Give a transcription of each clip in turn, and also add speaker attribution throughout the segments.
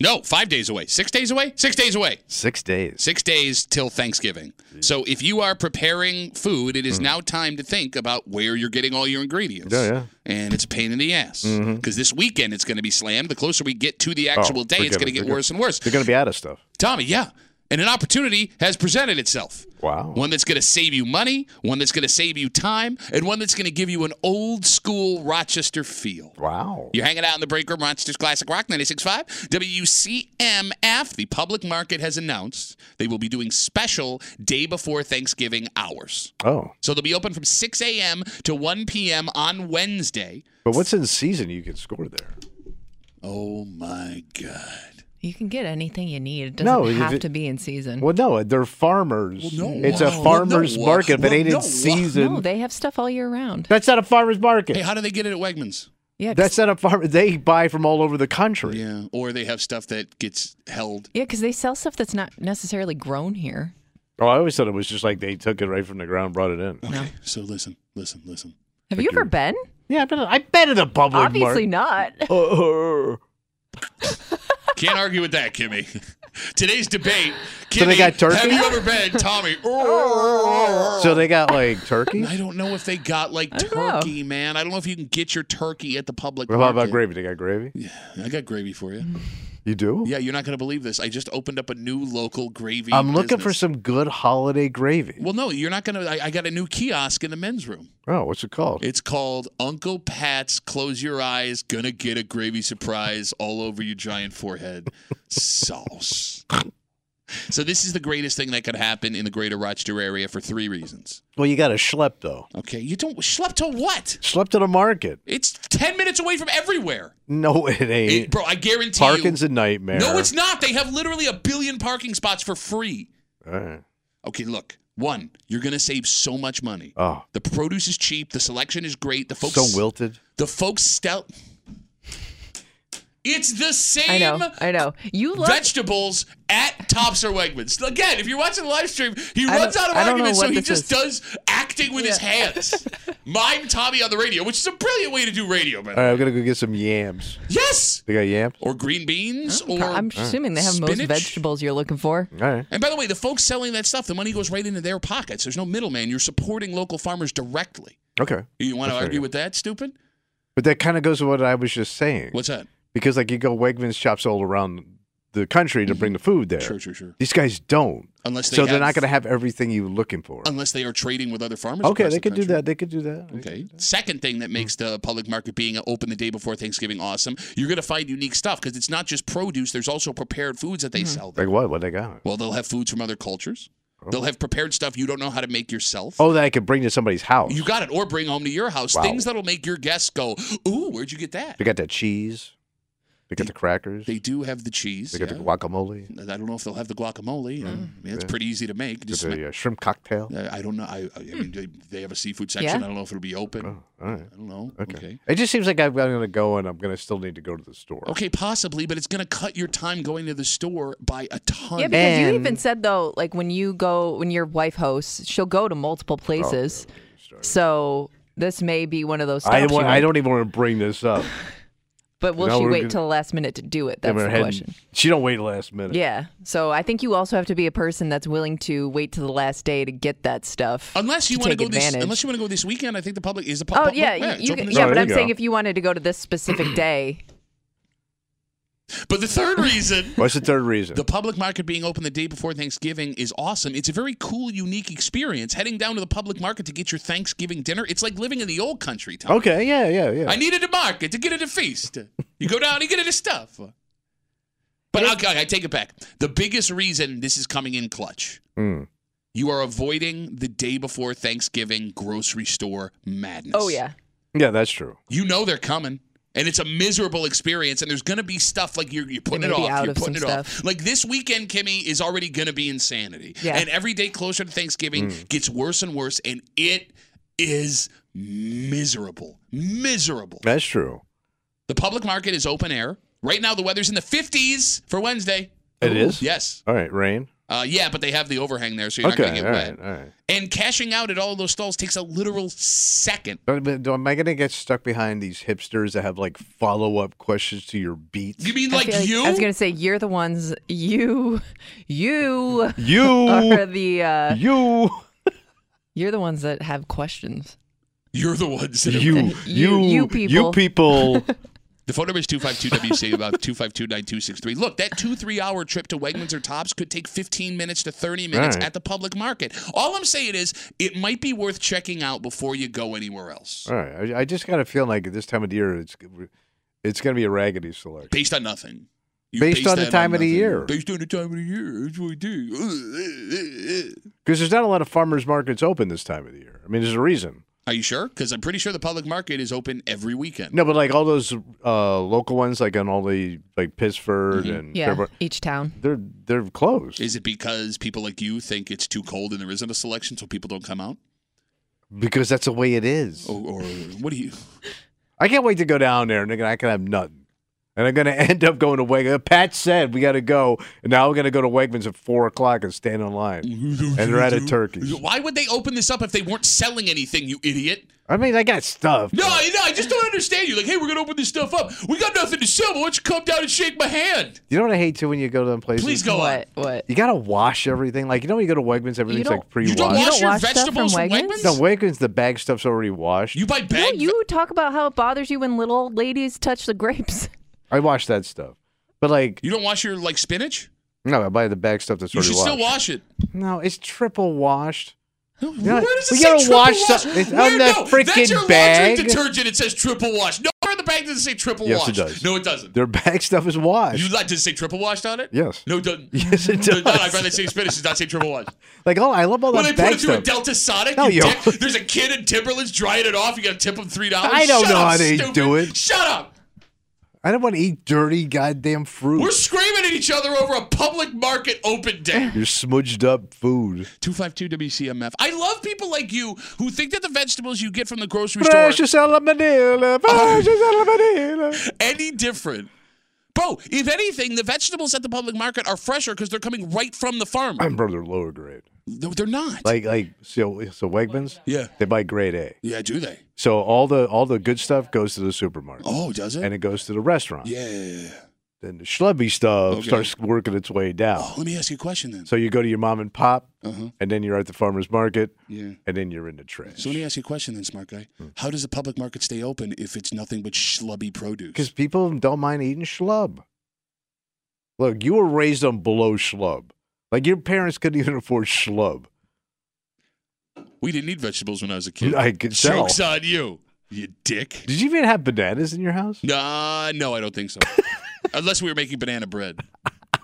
Speaker 1: No, five days away. Six days away? Six days away.
Speaker 2: Six days.
Speaker 1: Six days till Thanksgiving. So if you are preparing food, it is now time to think about where you're getting all your ingredients.
Speaker 2: Mm-hmm. Yeah, Mm-hmm. yeah.
Speaker 1: And it's a pain in the ass. Because this weekend it's going to be slammed. The closer we get to the actual day, it's
Speaker 2: Oh,
Speaker 1: going
Speaker 2: forgive
Speaker 1: to
Speaker 2: it.
Speaker 1: get
Speaker 2: Forgive-
Speaker 1: worse and worse.
Speaker 2: They're going to be out of stuff.
Speaker 1: Tommy, yeah. And an opportunity has presented itself.
Speaker 2: Wow.
Speaker 1: One that's going to save you money, one that's going to save you time, and one that's going to give you an old school Rochester feel.
Speaker 2: Wow.
Speaker 1: You're hanging out in the break room, Rochester's Classic Rock 96.5. WCMF, the public market, has announced they will be doing special day before Thanksgiving hours.
Speaker 2: Oh,
Speaker 1: So they'll be open from 6 a.m. to 1 p.m. on Wednesday.
Speaker 2: but what's in season you can score there?
Speaker 1: Oh my God.
Speaker 3: You can get anything you need. It doesn't
Speaker 2: No, if
Speaker 3: have
Speaker 2: it-
Speaker 3: to be in season.
Speaker 2: Well, no, they're farmers.
Speaker 1: Well, no.
Speaker 2: It's a
Speaker 1: Well,
Speaker 2: farmers
Speaker 1: no.
Speaker 2: market. If it
Speaker 1: Well,
Speaker 2: ain't
Speaker 1: no.
Speaker 2: in season,
Speaker 3: no, they have stuff all year round.
Speaker 2: that's not a farmers market.
Speaker 1: Hey, how do they get it at Wegmans?
Speaker 3: Yeah, 'cause-
Speaker 2: that's not a farm. They buy from all over the country.
Speaker 1: Yeah. Or they have stuff that gets held.
Speaker 3: yeah, because they sell stuff that's not necessarily grown here.
Speaker 2: Oh, I always thought it was just like they took it right from the ground, brought it in.
Speaker 1: Okay. So listen, listen, listen.
Speaker 3: Have you ever been?
Speaker 2: Yeah, I bet. I bet in a public
Speaker 3: Obviously not.
Speaker 2: market.
Speaker 1: Can't argue with that, Kimmy. Today's debate. Kimmy,
Speaker 2: So they got turkey?
Speaker 1: Have you ever been, Tommy? Oh.
Speaker 2: so they got like turkey.
Speaker 1: I don't know if they got like
Speaker 3: I don't know.
Speaker 1: turkey, man. I don't know if you can get your turkey at the public.
Speaker 2: What about
Speaker 1: market.
Speaker 2: gravy? They got gravy.
Speaker 1: I got gravy for you.
Speaker 2: You do?
Speaker 1: Yeah, you're not gonna believe this. I just opened up a new local gravy.
Speaker 2: I'm looking for
Speaker 1: business.
Speaker 2: some good holiday gravy.
Speaker 1: Well, no, you're not gonna. I, I got a new kiosk in the men's room.
Speaker 2: Oh, what's it called?
Speaker 1: It's called Uncle Pat's. Close your eyes. Gonna get a gravy surprise all over your giant forehead. Sauce. So this is the greatest thing that could happen in the greater Rochester area for three reasons.
Speaker 2: well, you got to schlep though.
Speaker 1: Okay, you don't schlep to what?
Speaker 2: Schlep to the market.
Speaker 1: It's ten minutes away from everywhere.
Speaker 2: No, it ain't.
Speaker 1: It- bro, I guarantee
Speaker 2: Parking's
Speaker 1: you.
Speaker 2: a nightmare.
Speaker 1: No, it's not. They have literally a billion parking spots for free.
Speaker 2: All right.
Speaker 1: Okay, look. One, you're gonna save so much money.
Speaker 2: Oh,
Speaker 1: The produce is cheap. The selection is great. The folks,
Speaker 2: so wilted.
Speaker 1: the folks stout. It's the same
Speaker 3: I know. I know. You love.
Speaker 1: vegetables at Tops or Wegmans. Again, if you're watching the live stream, he
Speaker 3: I
Speaker 1: runs
Speaker 3: don't-
Speaker 1: out of
Speaker 3: I don't know
Speaker 1: arguments, so
Speaker 3: what
Speaker 1: he
Speaker 3: this
Speaker 1: just
Speaker 3: is.
Speaker 1: does acting with his hands. Mime Tommy on the radio, which is a brilliant way to do radio, man.
Speaker 2: All right, I'm gonna go get some yams.
Speaker 1: Yes,
Speaker 2: They got yams.
Speaker 1: or green beans, or
Speaker 3: Oh, I'm assuming they have most
Speaker 1: Uh, spinach?
Speaker 3: vegetables you're looking for.
Speaker 2: All right.
Speaker 1: And by the way, the folks selling that stuff, the money goes right into their pockets. There's no middleman. You're supporting local farmers directly.
Speaker 2: Okay.
Speaker 1: You want to
Speaker 2: That's very
Speaker 1: argue
Speaker 2: good.
Speaker 1: with that, stupid?
Speaker 2: But that kind of goes to what I was just saying.
Speaker 1: What's that?
Speaker 2: Because like you go Wegmans shops all around the country to
Speaker 1: Mm-hmm.
Speaker 2: bring the food there.
Speaker 1: Sure, sure, sure.
Speaker 2: These guys don't.
Speaker 1: Unless they
Speaker 2: so they're
Speaker 1: have-
Speaker 2: not gonna have everything you're looking for.
Speaker 1: Unless they are trading with other farmers.
Speaker 2: Okay,
Speaker 1: across
Speaker 2: they
Speaker 1: the
Speaker 2: could do
Speaker 1: country.
Speaker 2: that. They could do that. They
Speaker 1: Okay.
Speaker 2: could do that.
Speaker 1: Second thing that makes the public market being open the day before Thanksgiving awesome, you're going to find unique stuff because it's not just produce. There's also prepared foods that they
Speaker 3: Mm-hmm.
Speaker 1: sell there.
Speaker 2: Like what? What they got?
Speaker 1: Well, they'll have foods from other cultures. They'll have prepared stuff you don't know how to make yourself.
Speaker 2: Oh, that I could bring to somebody's house.
Speaker 1: You got it. Or bring home to your house
Speaker 2: Wow.
Speaker 1: things that'll make your guests go, ooh, where'd you get that?
Speaker 2: They got that cheese. They got the crackers.
Speaker 1: They do have the cheese.
Speaker 2: They got
Speaker 1: yeah.
Speaker 2: the Mm. guacamole.
Speaker 1: I don't know if they'll have the guacamole. I mean, it's pretty easy to make.
Speaker 2: Got
Speaker 1: Just sma-
Speaker 2: the uh, shrimp cocktail.
Speaker 1: I- I don't know. I, I mean, they, they have a seafood section.
Speaker 3: Hmm. Yeah.
Speaker 1: I don't know if it'll be open.
Speaker 2: Oh, all right.
Speaker 1: I don't know.
Speaker 2: Okay.
Speaker 1: okay.
Speaker 2: It just seems like I'm going to go and I'm going to still need to go to the store.
Speaker 1: Okay, possibly, but it's going to cut your time going to the store by a ton.
Speaker 3: Yeah, because you even
Speaker 2: And-
Speaker 3: said though, like when you go, when your wife hosts, she'll go to multiple places. so this may be one of those. Stops
Speaker 2: I,
Speaker 3: you
Speaker 2: want,
Speaker 3: might-
Speaker 2: I don't even want to bring this up.
Speaker 3: But will
Speaker 2: Now
Speaker 3: she
Speaker 2: we're
Speaker 3: wait
Speaker 2: gonna-
Speaker 3: till the last minute to do it?
Speaker 2: And
Speaker 3: That's
Speaker 2: we're
Speaker 3: the
Speaker 2: heading-
Speaker 3: question.
Speaker 2: She don't wait last minute.
Speaker 3: Yeah. So I think you also have to be a person that's willing to wait to the last day to get that stuff.
Speaker 1: Unless you
Speaker 3: to
Speaker 1: want to
Speaker 3: take
Speaker 1: go this,
Speaker 3: advantage.
Speaker 1: unless you want to go this weekend, I think the public is the
Speaker 3: Oh
Speaker 1: public.
Speaker 3: yeah,
Speaker 1: it's
Speaker 3: you,
Speaker 1: open
Speaker 3: can
Speaker 1: this
Speaker 3: yeah.
Speaker 2: Oh,
Speaker 3: But
Speaker 2: there
Speaker 3: I'm
Speaker 2: you
Speaker 3: saying
Speaker 2: go.
Speaker 3: if you wanted to go to this specific day,
Speaker 1: But the third reason.
Speaker 2: What's the third reason?
Speaker 1: The public market being open the day before Thanksgiving is awesome. It's a very cool, unique experience. Heading down to the public market to get your Thanksgiving dinner, it's like living in the old country, Tom.
Speaker 2: okay, yeah, yeah, Oh, yeah.
Speaker 1: I needed a market to get it a feast. You go down, you get it a stuff. But okay, I take it back. The biggest reason this is coming in clutch,
Speaker 2: Mm.
Speaker 1: you are avoiding the day before Thanksgiving grocery store madness.
Speaker 3: oh yeah,
Speaker 2: Yeah, that's true.
Speaker 1: You know they're coming. And it's a miserable experience, and there's gonna be stuff like you're, you're putting
Speaker 3: They
Speaker 1: it
Speaker 3: may be
Speaker 1: off,
Speaker 3: out
Speaker 1: you're
Speaker 3: of
Speaker 1: putting it
Speaker 3: some
Speaker 1: off.
Speaker 3: stuff.
Speaker 1: Like this weekend, Kimmy is already gonna be insanity,
Speaker 3: Yeah.
Speaker 1: and every day closer to Thanksgiving
Speaker 2: Mm.
Speaker 1: gets worse and worse, and it is miserable, miserable.
Speaker 2: That's true.
Speaker 1: The public market is open air. Right now, the weather's in the 50s for Wednesday.
Speaker 2: It is?
Speaker 1: Yes.
Speaker 2: All right, rain.
Speaker 1: Uh, yeah, but they have the overhang there, so you're not going
Speaker 2: Okay,
Speaker 1: to
Speaker 2: all
Speaker 1: get wet.
Speaker 2: right, all right.
Speaker 1: And cashing out at all those stalls takes a literal second.
Speaker 2: But, but do- am I gonna get stuck behind these hipsters that have like follow up questions to your beats?
Speaker 1: You mean
Speaker 3: I
Speaker 1: like
Speaker 3: feel
Speaker 1: you?
Speaker 3: I was gonna say you're the ones you you are
Speaker 2: You,
Speaker 3: the uh,
Speaker 2: you,
Speaker 3: you're the ones that have questions.
Speaker 1: You're the ones. That
Speaker 2: you,
Speaker 3: You- you
Speaker 2: you,
Speaker 3: people.
Speaker 2: people.
Speaker 1: The phone number is 252-WC, about 252-9263. Look, that two, three-hour trip to Wegmans or Tops could take 15 minutes to 30 minutes
Speaker 2: Right.
Speaker 1: at the public market. All I'm saying is it might be worth checking out before you go anywhere else.
Speaker 2: All right, I, I just kind of feel like this time of the year, it's it's gonna be a raggedy selection.
Speaker 1: Based on nothing. You
Speaker 2: Based
Speaker 1: base
Speaker 2: on the
Speaker 1: that
Speaker 2: time of the
Speaker 1: nothing.
Speaker 2: year.
Speaker 1: Based on the time of the year. That's what we do.
Speaker 2: Because there's not a lot of farmers markets open this time of the year. I mean, there's a reason.
Speaker 1: Are you sure? Because I'm pretty sure the public market is open every weekend.
Speaker 2: No, but like all those uh, local ones, like on all the like Pittsford and
Speaker 3: Yeah,
Speaker 2: Fairport,
Speaker 3: each town.
Speaker 2: they're they're closed
Speaker 1: Mm-hmm. Is it because people like you think it's too cold and there isn't a selection, so people don't come out?
Speaker 2: because that's the way it is.
Speaker 1: Or, or what do you?
Speaker 2: I can't wait to go down there and I can have nothing. And I'm gonna end up going to Wegmans. Uh, Pat said we got to go, and now we're gonna go to Wegmans at four o'clock and stand in line.
Speaker 1: And
Speaker 2: they're out of turkeys.
Speaker 1: Why would they open this up if they weren't selling anything, you idiot? Uh,
Speaker 2: I mean, I got stuff.
Speaker 1: No, I, no, I just don't understand you. Like, hey, we're gonna open this stuff up. We got nothing to sell. But why don't you come down and shake my hand?
Speaker 2: You know what I hate too when you go to them places.
Speaker 1: Please go on.
Speaker 3: What what?
Speaker 2: You gotta wash everything. Like you know when you go to Wegmans, everything's like
Speaker 3: don't-
Speaker 2: pre-washed.
Speaker 1: You don't
Speaker 3: You
Speaker 1: wash
Speaker 3: don't
Speaker 1: your
Speaker 3: wash stuff from
Speaker 1: vegetables from
Speaker 3: Wegmans?
Speaker 1: Wegmans?
Speaker 2: no, Wegmans the bag stuff's already washed.
Speaker 1: You buy bag.
Speaker 3: No, you talk about how it bothers you when little old ladies touch the grapes.
Speaker 2: I wash that stuff, but like
Speaker 1: You don't wash your like spinach.
Speaker 2: no, I buy the bag stuff that's
Speaker 1: You
Speaker 2: already
Speaker 1: should
Speaker 2: washed.
Speaker 1: still wash it.
Speaker 2: No, it's triple washed.
Speaker 1: Where
Speaker 2: know,
Speaker 1: does it
Speaker 2: we
Speaker 1: say
Speaker 2: gotta
Speaker 1: triple
Speaker 2: wash
Speaker 1: wash?
Speaker 2: some- it's
Speaker 1: Where-
Speaker 2: on that
Speaker 1: no,
Speaker 2: freaking
Speaker 1: that's your
Speaker 2: bag.
Speaker 1: laundry detergent. It says triple wash. No, where in the bag does it say triple
Speaker 2: Yes,
Speaker 1: wash?
Speaker 2: it does.
Speaker 1: No, it doesn't.
Speaker 2: Their bag stuff is
Speaker 1: You
Speaker 2: washed.
Speaker 1: like does it say triple washed on it?
Speaker 2: Yes.
Speaker 1: No, it doesn't.
Speaker 2: Yes, it
Speaker 1: No, no,
Speaker 2: does.
Speaker 1: I'd rather say spinach. Does not say triple wash.
Speaker 2: Like oh, I love all
Speaker 1: When they
Speaker 2: that
Speaker 1: put
Speaker 2: bag
Speaker 1: it through a
Speaker 2: stuff.
Speaker 1: Delta Sonic,
Speaker 2: No,
Speaker 1: you
Speaker 2: you-
Speaker 1: dick, there's a kid in Timberlands drying it off. You got to tip him three dollars.
Speaker 2: I don't
Speaker 1: Shut
Speaker 2: know
Speaker 1: up,
Speaker 2: how they
Speaker 1: stupid.
Speaker 2: do it.
Speaker 1: Shut up.
Speaker 2: I don't want to eat dirty goddamn fruit.
Speaker 1: We're screaming at each other over a public market open day.
Speaker 2: Your smudged up food.
Speaker 1: 252 WCMF. I love people like you who think that the vegetables you get from the grocery store
Speaker 2: Precious salmonella, precious salmonella.
Speaker 1: any different. Bro, if anything, the vegetables at the public market are fresher because they're coming right from the farm.
Speaker 2: I'm brother lower grade.
Speaker 1: No, they're not.
Speaker 2: Like like so so Wegmans.
Speaker 1: Yeah.
Speaker 2: They buy grade A.
Speaker 1: yeah, do they?
Speaker 2: So all the all the good stuff goes to the supermarket.
Speaker 1: Oh, does it?
Speaker 2: And it goes to the restaurant.
Speaker 1: yeah.
Speaker 2: Then the schlubby stuff
Speaker 1: Okay.
Speaker 2: starts working its way down.
Speaker 1: Oh, let me ask you a question then.
Speaker 2: So you go to your mom and pop,
Speaker 1: Uh-huh.
Speaker 2: and then you're at the farmer's market,
Speaker 1: Yeah.
Speaker 2: and then you're in the trash.
Speaker 1: So let me ask you a question then, smart guy.
Speaker 2: Hmm.
Speaker 1: How does the public market stay open if it's nothing but schlubby
Speaker 2: Because
Speaker 1: produce?
Speaker 2: people don't mind eating schlub. Look, you were raised on below schlub. Like your parents couldn't even afford schlub.
Speaker 1: We didn't eat vegetables when I was a kid.
Speaker 2: I could tell.
Speaker 1: Jokes on you, you dick.
Speaker 2: Did you even have bananas in your house?
Speaker 1: Nah, no, I don't think so. Unless we were making banana bread.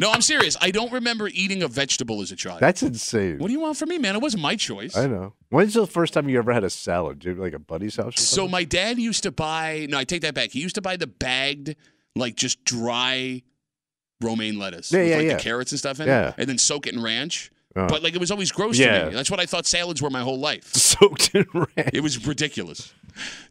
Speaker 1: No, I'm serious. I don't remember eating a vegetable as a child.
Speaker 2: That's insane.
Speaker 1: What do you want from me, man? It wasn't my choice.
Speaker 2: I know. When's the first time you ever had a salad? Did you like a buddy's house? Or
Speaker 1: So
Speaker 2: something?
Speaker 1: my dad used to buy. No, I take that back. He used to buy the bagged, like just dry romaine lettuce
Speaker 2: Yeah,
Speaker 1: with
Speaker 2: yeah,
Speaker 1: like
Speaker 2: yeah.
Speaker 1: the carrots and stuff in
Speaker 2: Yeah.
Speaker 1: it, and then soak it in ranch.
Speaker 2: Uh.
Speaker 1: but like it was always gross to
Speaker 2: Yeah.
Speaker 1: me. That's what I thought salads were my whole life.
Speaker 2: Soaked in ranch.
Speaker 1: It was ridiculous.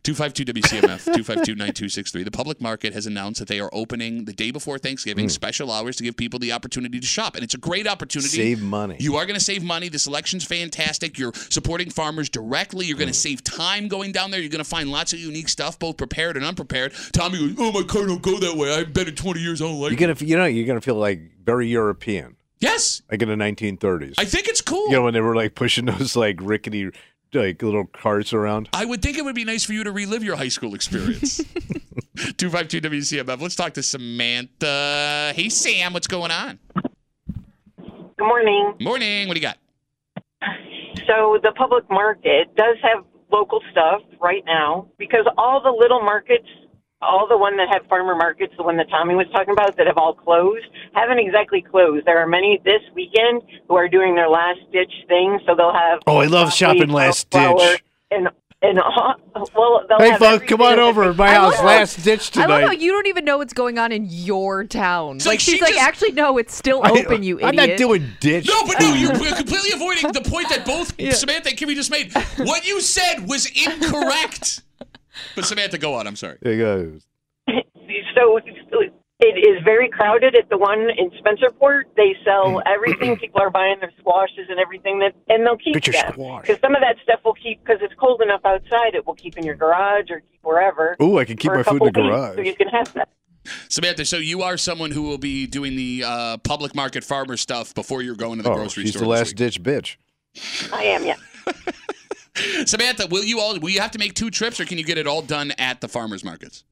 Speaker 1: 252 WCMF 252 9263. The public market has announced that they are opening the day before Thanksgiving
Speaker 2: Hmm.
Speaker 1: special hours to give people the opportunity to shop. And it's a great opportunity.
Speaker 2: Save money.
Speaker 1: You are going to save money. This election's fantastic. You're supporting farmers directly. You're going
Speaker 2: Hmm.
Speaker 1: to save time going down there. You're going to find lots of unique stuff, both prepared and unprepared. Tommy goes, Oh, my car don't go that way. I've been in 20 years. I don't like
Speaker 2: You're
Speaker 1: it.
Speaker 2: gonna, f- you know, you're gonna feel like very European,
Speaker 1: Yes.
Speaker 2: like in the 1930s.
Speaker 1: I think it's cool.
Speaker 2: you know, when they were like pushing those like rickety, like little carts around.
Speaker 1: I would think it would be nice for you to relive your high school experience. 252 WCMF. Let's talk to Samantha. Hey, Sam, what's going on?
Speaker 4: Good morning.
Speaker 1: Morning. What do you got?
Speaker 4: So the public market does have local stuff right now because all the little markets, all the one that have farmer markets, the one that Tommy was talking about that have all closed, haven't exactly closed. There are many this weekend who are doing their last ditch thing, so they'll have.
Speaker 2: Oh, I love
Speaker 4: broccoli,
Speaker 2: shopping last
Speaker 4: cauliflower,
Speaker 2: ditch.
Speaker 4: And and all, well, they'll
Speaker 2: Hey,
Speaker 4: have
Speaker 2: folks, come on
Speaker 4: everything.
Speaker 2: over to my
Speaker 3: I love
Speaker 2: house.
Speaker 3: how-
Speaker 2: Last ditch
Speaker 3: I love how
Speaker 2: tonight.
Speaker 3: you don't even know what's going on in your town.
Speaker 1: It's
Speaker 3: like,
Speaker 1: like she
Speaker 3: she's like,
Speaker 1: just-
Speaker 3: actually, no, it's still
Speaker 2: I-
Speaker 3: open. You idiot.
Speaker 2: I'm not doing ditch.
Speaker 1: No, but no, you're we're completely avoiding the point that both Samantha and Kimmy just made. What you said was incorrect. but Samantha, go on. I'm sorry.
Speaker 2: There goes.
Speaker 4: so it is very crowded at the one in Spencerport. They
Speaker 2: Mm.
Speaker 4: sell everything. People are buying their squashes and everything that, and they'll keep
Speaker 2: Get your
Speaker 4: them
Speaker 2: squash.
Speaker 4: because some of that stuff will keep because it's cold enough outside. It will keep in your garage or keep wherever.
Speaker 2: Ooh, I can keep
Speaker 4: for a
Speaker 2: my food in the
Speaker 4: couple weeks,
Speaker 2: garage.
Speaker 4: so you can have that.
Speaker 1: Samantha, so you are someone who will be doing the uh, public market farmer stuff before you're going to the
Speaker 2: oh,
Speaker 1: grocery
Speaker 2: she's
Speaker 1: store.
Speaker 2: the
Speaker 1: this
Speaker 2: last ditch bitch.
Speaker 4: I am, yeah.
Speaker 1: week. Samantha, will you all will you have to make two trips or can you get it all done at the farmers markets?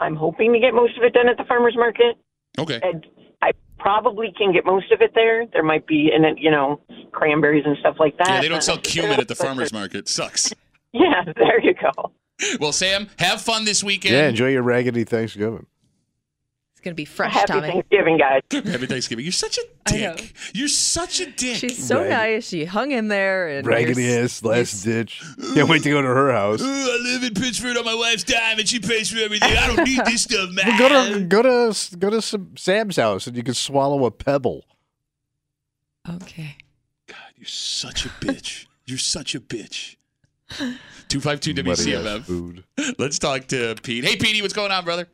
Speaker 4: I'm hoping to get most of it done at the farmers market,
Speaker 1: Okay.
Speaker 4: and I probably can get most of it there. There might be, and then you know, cranberries and stuff like that.
Speaker 1: Yeah, they don't sell cumin at the farmers
Speaker 4: farmers.
Speaker 1: market. Sucks.
Speaker 4: Yeah, there you go.
Speaker 1: Well, Sam, have fun this weekend.
Speaker 2: Yeah, enjoy your raggedy Thanksgiving.
Speaker 3: It's going to be fresh,
Speaker 4: Happy
Speaker 3: Tommy.
Speaker 4: Thanksgiving, guys.
Speaker 1: Happy Thanksgiving. You're such a
Speaker 3: I know.
Speaker 1: dick. You're such a dick.
Speaker 3: She's so
Speaker 2: Rag-
Speaker 3: nice. She hung in there. and
Speaker 2: Raggedy
Speaker 3: you're s-
Speaker 2: ass, last ditch. Can't wait to go to her house.
Speaker 1: Ooh, I live in Pittsburgh on my wife's dime, and she pays for everything. I don't need this stuff, man.
Speaker 2: Well, go to go to go to some, Sam's house and you can swallow a pebble.
Speaker 3: Okay.
Speaker 1: You're such a bitch. You're such a bitch. Two five two
Speaker 2: Nobody has
Speaker 1: WCMF.
Speaker 2: Food.
Speaker 1: Let's talk to Pete. Hey, Petey, what's going on, brother?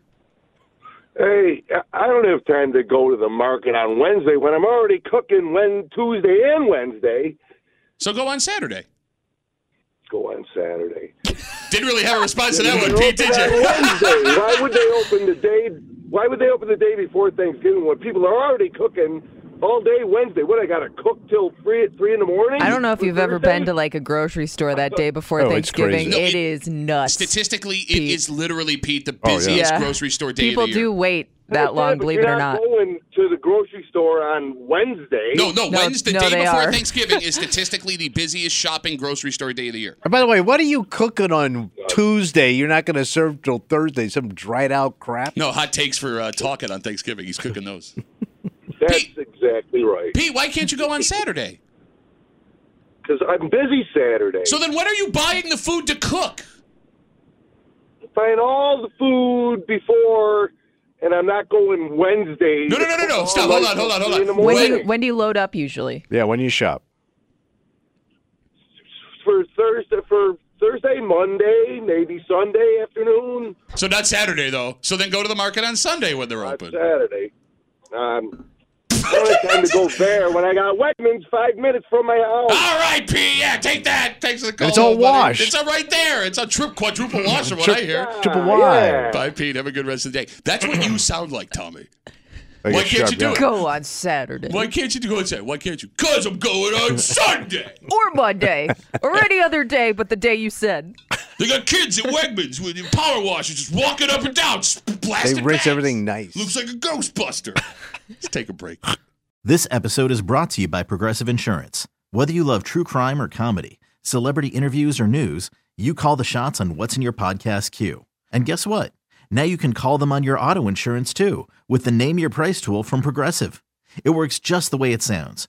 Speaker 5: Hey, I- I don't have time to go to the market on Wednesday when I'm already cooking when Tuesday and Wednesday.
Speaker 1: So go on Saturday.
Speaker 5: Go on Saturday.
Speaker 1: Didn't really have a response to that one, Pete, did
Speaker 5: On
Speaker 1: you?
Speaker 5: Wednesday. Why would they open the day? Why would they open the day before Thanksgiving when people are already cooking all day Wednesday? What I got to cook till three three in the morning?
Speaker 3: I don't know if
Speaker 5: For
Speaker 3: you've ever
Speaker 5: Thursday?
Speaker 3: been to like a grocery store that day before
Speaker 2: Oh, it's crazy.
Speaker 3: Thanksgiving.
Speaker 1: No, it-
Speaker 3: it is nuts.
Speaker 1: Statistically, it
Speaker 3: Pete.
Speaker 1: is literally Pete the
Speaker 2: Oh, yeah.
Speaker 1: busiest
Speaker 3: Yeah.
Speaker 1: grocery store day
Speaker 3: People
Speaker 1: of the year.
Speaker 3: do wait that
Speaker 5: Yeah,
Speaker 3: long,
Speaker 5: but
Speaker 3: believe it
Speaker 5: you're
Speaker 3: or not.
Speaker 5: Going to the grocery store on Wednesday.
Speaker 1: No, no,
Speaker 3: No,
Speaker 1: Wednesday, the
Speaker 3: no,
Speaker 1: day
Speaker 3: they
Speaker 1: before
Speaker 3: are.
Speaker 1: Thanksgiving is statistically the busiest shopping grocery store day of the year.
Speaker 2: And by the way, what are you cooking on Tuesday? You're not going to serve till Thursday. Some dried out crap.
Speaker 1: No, hot takes for uh, talking on Thanksgiving. He's cooking those.
Speaker 5: that's exactly right.
Speaker 1: Pete, why can't you go on Saturday?
Speaker 5: Because I'm busy Saturday.
Speaker 1: So then when are you buying the food to cook?
Speaker 5: find all the food before, and I'm not going Wednesday.
Speaker 1: No, no, no, no, no. Stop. Hold on, hold on, hold on.
Speaker 5: In the
Speaker 3: When do,
Speaker 5: morning
Speaker 3: you, when do you load up usually?
Speaker 2: Yeah, when you shop.
Speaker 5: for Thursday, for Thursday, Monday, maybe Sunday afternoon,
Speaker 1: So not Saturday though. So then go to the market on Sunday when they're
Speaker 5: not
Speaker 1: open.
Speaker 5: Saturday. Um, I don't have time to go there when I got Wegmans five minutes from my house.
Speaker 1: All right, P. Yeah, take that. Thanks for the call.
Speaker 2: it's all
Speaker 1: buddy.
Speaker 2: washed.
Speaker 1: It's all right there. It's a trip quadruple wash from what I hear.
Speaker 2: Triple
Speaker 5: Ah,
Speaker 2: Y.
Speaker 5: yeah.
Speaker 1: Bye, Pete. Have a good rest of the day. That's what you sound like, Tommy.
Speaker 2: Like
Speaker 1: Why
Speaker 2: a
Speaker 1: can't
Speaker 2: sharp
Speaker 1: you do
Speaker 2: guy.
Speaker 1: it?
Speaker 3: Go on Saturday
Speaker 1: Why can't you go on Saturday? Why can't you? Cause I'm going on Sunday.
Speaker 3: or Monday or any other day, but the day you said.
Speaker 1: They got kids at Wegmans with power washers just walking up and down, sp- blasting.
Speaker 2: They rinse
Speaker 1: bags.
Speaker 2: everything nice.
Speaker 1: Looks like a Ghostbuster. Let's take a break.
Speaker 6: This episode is brought to you by Progressive Insurance. Whether you love true crime or comedy, celebrity interviews or news, you call the shots on what's in your podcast queue. And guess what? Now you can call them on your auto insurance too with the Name Your Price tool from Progressive. It works just the way it sounds.